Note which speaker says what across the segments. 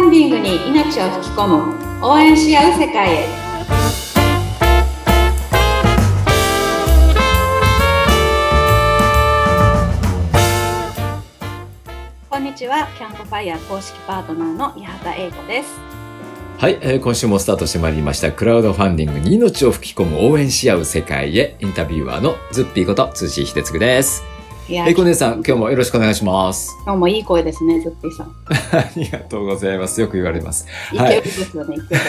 Speaker 1: に命を吹き込む応援し合う世界へこんにちはキャンプファイヤー公式パートナーの八幡英子です
Speaker 2: はい、えー今週もスタートしてまいりました。クラウドファンディングに命を吹き込む応援し合う世界へ、インタビュアーのズッピーこと、通信秀嗣です。
Speaker 1: いや
Speaker 2: えいこ姉さん、今日もよろしくお願いします。
Speaker 1: 今日もいい声ですねずっぴーさん
Speaker 2: ありがとうございます。よく言われます。
Speaker 1: い
Speaker 2: はい
Speaker 1: けるですよね、いける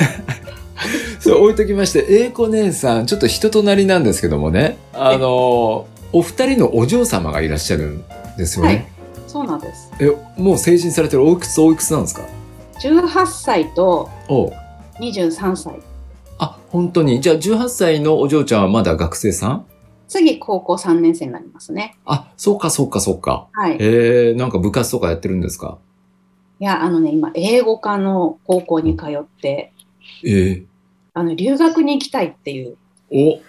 Speaker 2: そう、置いときまして、えいこ姉さん、ちょっと人となりなんですけどもね、あのー、お二人のお嬢様がいらっしゃるんですよね。
Speaker 1: そうなんです
Speaker 2: え、もう成人されてるおいくつおいくつなんですか
Speaker 1: 18歳と
Speaker 2: おう
Speaker 1: 23歳
Speaker 2: あ、本当に。じゃあ、18歳のお嬢ちゃんはまだ学生さん
Speaker 1: 次高校3年生になりますね
Speaker 2: あ、そうか、そうか、そうか。
Speaker 1: はい
Speaker 2: えー、なんか部活とかやってるんですか
Speaker 1: いや、あのね、今、英語科の高校に通って、
Speaker 2: ええ
Speaker 1: あの、留学に行きたいっていう。
Speaker 2: お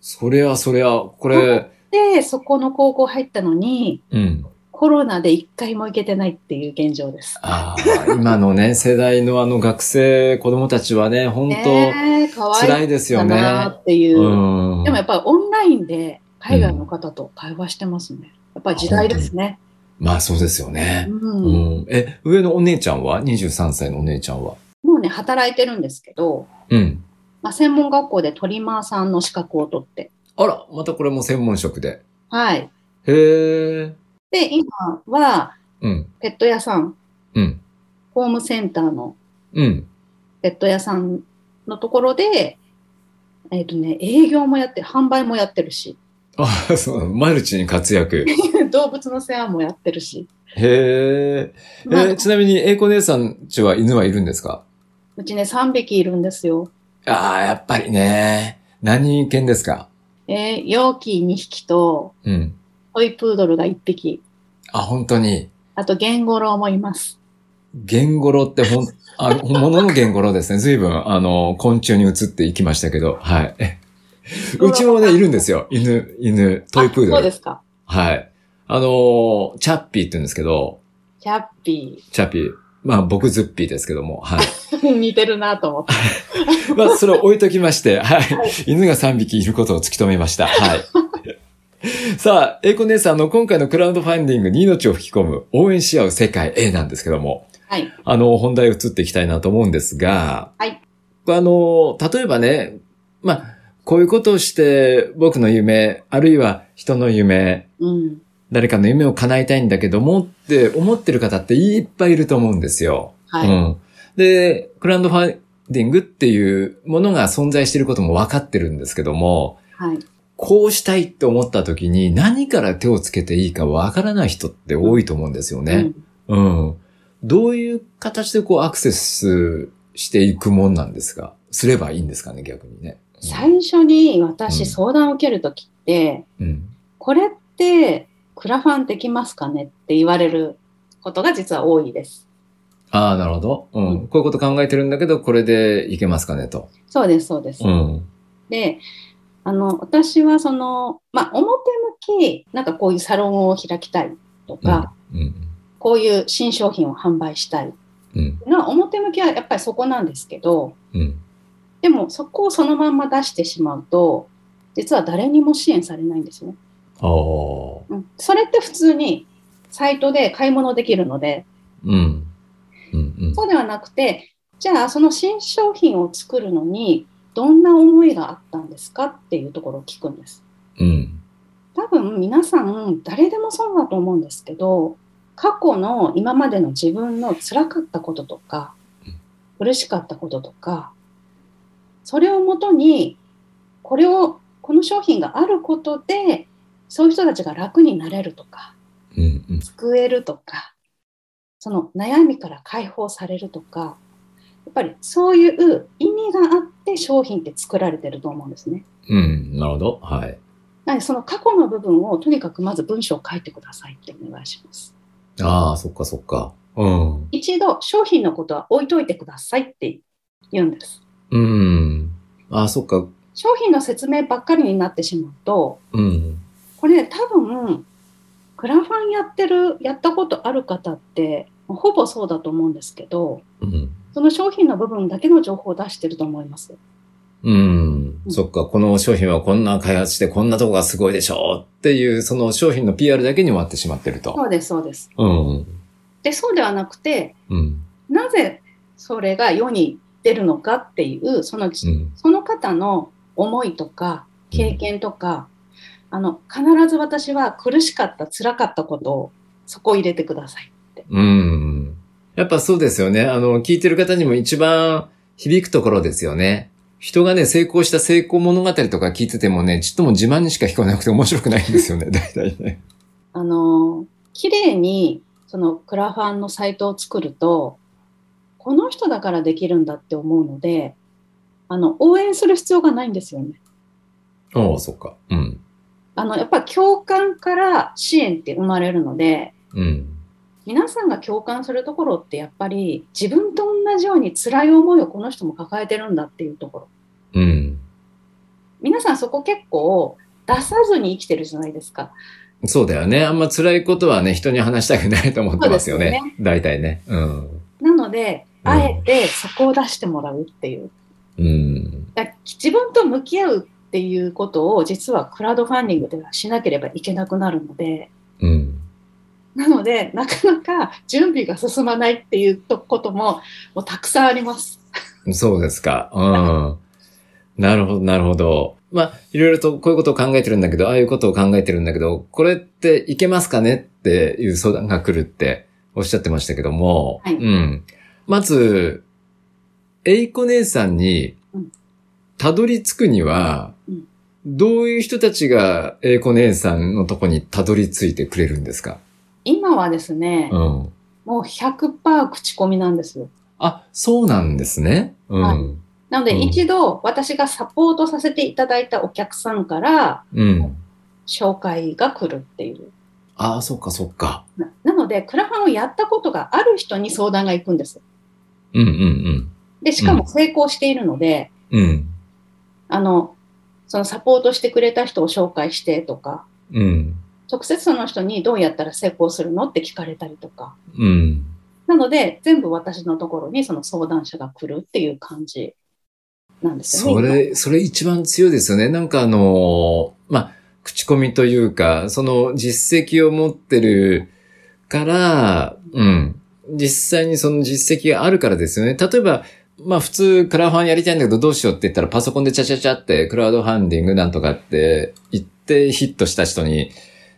Speaker 2: それはそれは、これ、
Speaker 1: で、そこの高校入ったのに、
Speaker 2: うん。
Speaker 1: コロナで一回も行けてないっていう現状です。
Speaker 2: ああ、今のね、 世代のあの学生、子供たちはね、本当
Speaker 1: ねえ、かわ
Speaker 2: 辛
Speaker 1: い
Speaker 2: いです
Speaker 1: い
Speaker 2: よ
Speaker 1: だ
Speaker 2: ね。
Speaker 1: なっていう。
Speaker 2: うん
Speaker 1: でもやっぱりオンラインで海外の方と会話してますね。やっぱり時代ですね。
Speaker 2: まあそうですよ
Speaker 1: う。
Speaker 2: ね。うんえ、上のお姉ちゃんは ?23 歳のお姉ちゃんは
Speaker 1: もうね、働いてるんですけど、
Speaker 2: うん。
Speaker 1: まあ、専門学校でトリマーさんの資格を取って。
Speaker 2: あら、またこれも専門職で。
Speaker 1: はい。
Speaker 2: へえ。
Speaker 1: で、今は、
Speaker 2: うん。
Speaker 1: ペット屋さん、
Speaker 2: うん。
Speaker 1: ホームセンターの
Speaker 2: うん。
Speaker 1: ペット屋さんのところで、えっ、とね、営業もやって、販売もやってるし、
Speaker 2: あそう、マルチに活躍。
Speaker 1: 動物の世話もやってるし、
Speaker 2: へーえ
Speaker 1: まあ、
Speaker 2: ちなみに、英子姉さんちは犬はいるんですか
Speaker 1: うちね、3匹いるんですよ。
Speaker 2: ああ、やっぱりね。何犬ですか
Speaker 1: えー、ヨーキー2匹と、
Speaker 2: うん。
Speaker 1: トイプードルが1匹、
Speaker 2: あ、本当に。
Speaker 1: あとゲンゴロウもいます。
Speaker 2: ゲンゴロってほん、 あ、本物のゲンゴロですね。随分、あの、昆虫に移っていきましたけど、はい。 うちもね、いるんですよ。犬、犬、トイプー
Speaker 1: あそ
Speaker 2: ド
Speaker 1: うで
Speaker 2: ル。
Speaker 1: すか。
Speaker 2: はい。あの、チャッピーって言うんですけど、
Speaker 1: キャッピ
Speaker 2: チャッピー。まあ、僕ズッピーですけども、はい。
Speaker 1: ー。 似てるなと思って。
Speaker 2: まあ、それを置いときまして、はい。犬が3匹いることを突き止めました。はい。 さあ、英子姉さんの今回のクラウドファンディングに命を吹き込む応援し合う世界 A なんですけども、
Speaker 1: はい。
Speaker 2: あの、本題移っていきたいなと思うんですが、
Speaker 1: はい。
Speaker 2: あの、例えばね、まあ、こういうことをして僕の夢、あるいは人の夢、
Speaker 1: うん。
Speaker 2: 誰かの夢を叶えたいんだけどもって思ってる方っていっぱいいると思うんですよ。
Speaker 1: はい。
Speaker 2: うん。で、クラウドファンディングっていうものが存在していることも分かってるんですけども、
Speaker 1: はい。
Speaker 2: こうしたいって思った時に何から手をつけていいか分からない人って多いと思うんですよね。
Speaker 1: うん
Speaker 2: うん。どういう形でこうアクセスしていくもんなんですかすればいいんですかね、逆にね。
Speaker 1: 最初に
Speaker 2: うん
Speaker 1: 私相談を受けるときって、
Speaker 2: うん。
Speaker 1: これってクラファンできますかねって言われることが実は多いです。
Speaker 2: ああ、なるほど。う
Speaker 1: うん
Speaker 2: ん。こういうこと考えてるんだけど、これでいけますかね、と。
Speaker 1: そうです、そうです。
Speaker 2: うん。
Speaker 1: で、あの、私はその、まあ、表向き、なんかこういうサロンを開きたいとか、
Speaker 2: うん。
Speaker 1: こういう新商品を販売したい。
Speaker 2: うん。
Speaker 1: のは表向きはやっぱりそこなんですけど、
Speaker 2: うん。
Speaker 1: でもそこをそのまんま出してしまうと、実は誰にも支援されないんですね。
Speaker 2: ああ。
Speaker 1: うん、それって普通にサイトで買い物できるので、
Speaker 2: うん。うん。うん。
Speaker 1: そうではなくて、じゃあその新商品を作るのにどんな思いがあったんですかっていうところを聞くんです。
Speaker 2: うん。
Speaker 1: 多分皆さん誰でもそうだと思うんですけど、過去の今までの自分の辛かったこととか、苦しかったこととか、それをもとに、これを、この商品があることで、そういう人たちが楽になれるとか、
Speaker 2: うん。うん。
Speaker 1: 救えるとか、その悩みから解放されるとか、やっぱりそういう意味があって商品って作られてると思うんですね。
Speaker 2: うん。なるほど。はい。
Speaker 1: なのでその過去の部分をとにかくまず文章を書いてくださいってお願いします。
Speaker 2: ああ、そっかそっか。うん。
Speaker 1: 一度商品のことは置いといてくださいって言うんです。
Speaker 2: うん。ああ、そっか。
Speaker 1: 商品の説明ばっかりになってしまうと、
Speaker 2: うん。
Speaker 1: これね多分、クラファンやってる、やったことある方って、ほぼそうだと思うんですけど、
Speaker 2: うん。
Speaker 1: そその商品の部分だけの情報を出してると思います。
Speaker 2: うん。そっか、この商品はこんな開発してこんなとこがすごいでしょうっていう、その商品の PR だけに終わってしまってると。
Speaker 1: そうです、そうです。
Speaker 2: うん。
Speaker 1: で、そうではなくて、
Speaker 2: うん。
Speaker 1: なぜそれが世に出るのかっていう、その
Speaker 2: う、ん。
Speaker 1: その方の思いとか、経験とか、あの、必ず私は苦しかった、辛かったことを、そこを入れてください。
Speaker 2: うん。やっぱそうですよね。あの、聞いてる方にも一番響くところですよね。人がね、成功した成功物語とか聞いててもね、ちっとも自慢にしか聞こえなくて面白くないんですよね、 大体ね。
Speaker 1: あの、綺麗に、そのクラファンのサイトを作ると、この人だからできるんだって思うので、あの、応援する必要がないんですよね。
Speaker 2: おうそっか。うん。
Speaker 1: あの、やっぱ共感から支援って生まれるので、
Speaker 2: うん。
Speaker 1: 皆さんが共感するところってやっぱり自分と同じように辛い思いをこの人も抱えてるんだっていうところ。
Speaker 2: うん。
Speaker 1: 皆さんそこ結構出さずに生きてるじゃないですか。
Speaker 2: そうだよね。あんま辛いことはね、人に話したくないと思ってますよね。
Speaker 1: そうですよ
Speaker 2: 大体ね。うん。
Speaker 1: なので、
Speaker 2: うん
Speaker 1: あえてそこを出してもらうっていう。
Speaker 2: うん。
Speaker 1: だ自分と向き合うっていうことを実はクラウドファンディングではしなければいけなくなるので、
Speaker 2: うん。
Speaker 1: なので、なかなか準備が進まないっていうとことももうたくさんあります。
Speaker 2: そうですか。 うん。なるほど、なるほど。まあ、いろいろとこういうことを考えてるんだけど、ああいうことを考えてるんだけど、これっていけますかねっていう相談が来るっておっしゃってましたけども、
Speaker 1: はい
Speaker 2: うん。まず、エイコ姉さんに
Speaker 1: うん、
Speaker 2: たどり着くには
Speaker 1: うん、
Speaker 2: どういう人たちがエイコ姉さんのとこにたどり着いてくれるんですか
Speaker 1: 今はですね、
Speaker 2: うん。
Speaker 1: もう100%口コミなんですよ。
Speaker 2: あ、そうなんですね。うん。
Speaker 1: はいなの
Speaker 2: う
Speaker 1: で
Speaker 2: ん
Speaker 1: 一度私がサポートさせていただいたお客さんから
Speaker 2: うん。
Speaker 1: 紹介が来るっていう。
Speaker 2: ああ、そっかそっか。
Speaker 1: ななので、クラファンをやったことがある人に相談が行くんです。
Speaker 2: うんうんうん。
Speaker 1: で、しかも成功しているので、
Speaker 2: うん。
Speaker 1: あの、そのサポートしてくれた人を紹介してとか、
Speaker 2: うん。
Speaker 1: 直接その人にどうやったら成功するのって聞かれたりとか。
Speaker 2: うん。
Speaker 1: なので、全部私のところにその相談者が来るっていう感じなんですよね。
Speaker 2: それ、それ一番強いですよね。なんかあのーまあ、口コミというか、その実績を持ってるから、うん。実際にその実績があるからですよね。例えば、まあ普通クラファンやりたいんだけどどうしようって言ったらパソコンでチャチャチャってクラウドファンディングなんとかって言ってヒットした人に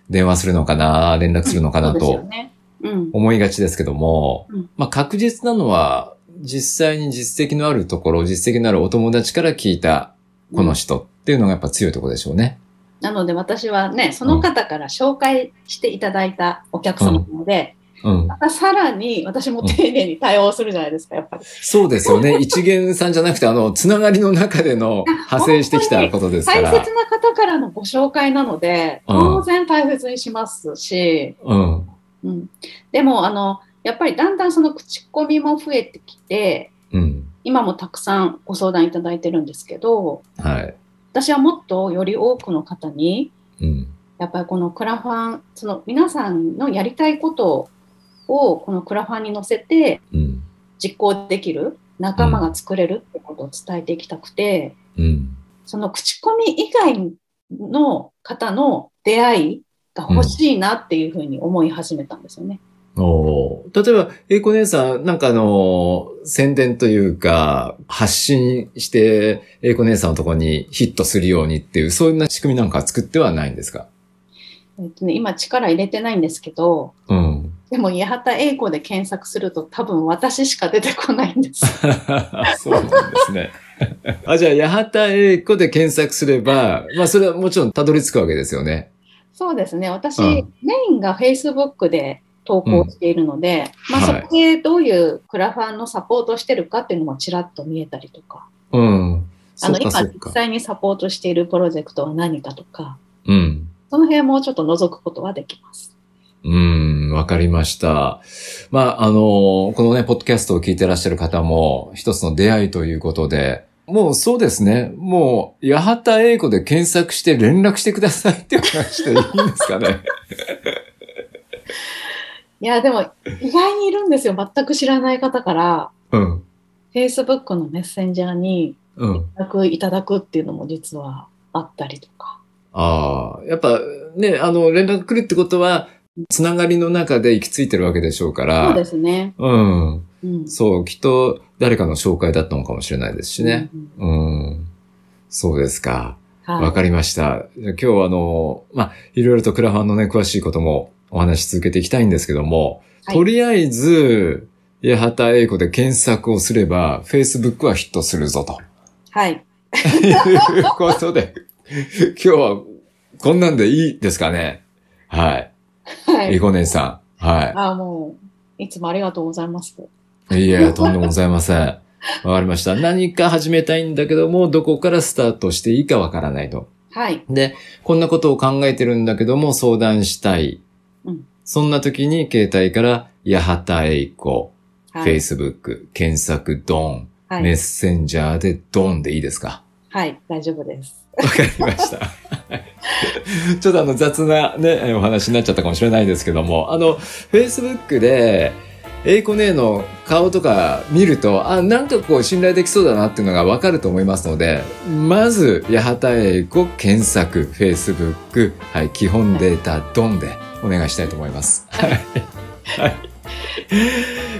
Speaker 2: 電話するのかな、連絡するのか
Speaker 1: 今そう
Speaker 2: なと。
Speaker 1: ですよね。うん。
Speaker 2: 思いがちですけども、
Speaker 1: うん
Speaker 2: まあ確実なのは、実際に実績のあるところ、実績のあるお友達から聞いたこの人っていうのがやっぱ強いところでしょうね。
Speaker 1: なので私はね、その方から紹介していただいたお客様なので、
Speaker 2: うん。
Speaker 1: またさらに私も丁寧に対応するじゃないですか、やっぱり。
Speaker 2: そうですよね。一元さんじゃなくて、あの、つながりの中での派生してきたことですか
Speaker 1: 大切
Speaker 2: ら。
Speaker 1: な方からのご紹介なので、
Speaker 2: うん
Speaker 1: 当然大切にしますし、
Speaker 2: うん。
Speaker 1: うん、でもあの、やっぱりだんだんその口コミも増えてきて、
Speaker 2: うん。
Speaker 1: 今もたくさんご相談いただいてるんですけど、
Speaker 2: はい。
Speaker 1: 私はもっとより多くの方に、
Speaker 2: うん。
Speaker 1: やっぱりこのクラファン、その皆さんのやりたいことをこのクラファンに乗せて、
Speaker 2: うん。
Speaker 1: 実行できる仲間が作れるってことを伝えていきたくて、
Speaker 2: うん。
Speaker 1: その口コミ以外の方の出会いが欲しいなっていうふうに思い始めたんですよね。
Speaker 2: おー例えば、英子姉さん、なんかあの、宣伝というか、発信して、英子姉さんのところにヒットするようにっていう、そういう仕組みなんか作ってはないんですか
Speaker 1: えっとね今力入れてないんですけど、
Speaker 2: うん。
Speaker 1: でも八幡英子で検索すると多分私しか出てこないんです。
Speaker 2: そうなんですね。あ、じゃあ、八幡英子で検索すれば、まあ、それはもちろんたどり着くわけですよね。
Speaker 1: そうですね。私、
Speaker 2: うん
Speaker 1: メインが Facebook で投稿しているので、まあ、そ
Speaker 2: はい
Speaker 1: こでどういうクラファンのサポートしてるかっていうのもちらっと見えたりとか、
Speaker 2: うん。
Speaker 1: あ
Speaker 2: そ
Speaker 1: の
Speaker 2: っか
Speaker 1: 今
Speaker 2: そっ
Speaker 1: 実
Speaker 2: か。
Speaker 1: 際にサポートしているプロジェクトは何かとか、
Speaker 2: うん。
Speaker 1: その辺もちょっと覗くことはできます。
Speaker 2: うーん、わかりました。まあ、あの、このね、ポッドキャストを聞いてらっしゃる方も、一つの出会いということで、もうそうですね、もう、八幡英子で検索して連絡してくださいっていう話でいいんです かね。
Speaker 1: いや、でも意外にいるんですよ。全く知らない方から、
Speaker 2: うん。
Speaker 1: Facebook のメッセンジャーに
Speaker 2: うん。
Speaker 1: 連絡いただくっていうのも実はあったりとか。
Speaker 2: ああ、やっぱね、あの、連絡来るってことは、つながりの中で行き着いてるわけでしょうから。
Speaker 1: そうですね。
Speaker 2: うん。
Speaker 1: うん。
Speaker 2: そう、きっと誰かの紹介だったのかもしれないですしね。
Speaker 1: うん。
Speaker 2: うん。そうですか。
Speaker 1: はい。
Speaker 2: わかりました。じゃあ今日はあの、まあ、いろいろとクラファンのね、詳しいこともお話し続けていきたいんですけども、
Speaker 1: はい
Speaker 2: とりあえず、八幡英子で検索をすれば、Facebook はヒットする ぞと。
Speaker 1: はい。
Speaker 2: いうことで、今日はこんなんでいいですかね。はい。
Speaker 1: は
Speaker 2: 英
Speaker 1: い。
Speaker 2: 子姉さん。はい。
Speaker 1: ああ、もう、いつもありがとうございます。
Speaker 2: いや、とんでもございません。わかりました。何か始めたいんだけども、どこからスタートしていいかわからないと。
Speaker 1: はい。
Speaker 2: で、こんなことを考えてるんだけども、相談したい。
Speaker 1: うん
Speaker 2: そんな時に、携帯から、八幡英子、
Speaker 1: はい。
Speaker 2: Facebook、検索、ドン、
Speaker 1: は
Speaker 2: メッ
Speaker 1: い。
Speaker 2: センジャーでドンでいいですか
Speaker 1: はい。大丈夫です。
Speaker 2: わかりました。 ちょっとあの雑なね、えーお話になっちゃったかもしれないですけども、あの、Facebook で、エイコ姉の顔とか見ると、あ、なんかこう信頼できそうだなっていうのがわかると思いますので、まず、八幡英子検索、Facebook、はい、基本データ、ドンでお願いしたいと思います。はい。はい。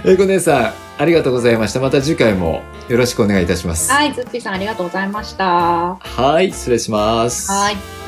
Speaker 2: 英子姉さん、ありがとうございました。また次回もよろしくお願いいたします。
Speaker 1: はい。ズッピーさんありがとうございました。は
Speaker 2: はい、失礼します。
Speaker 1: い。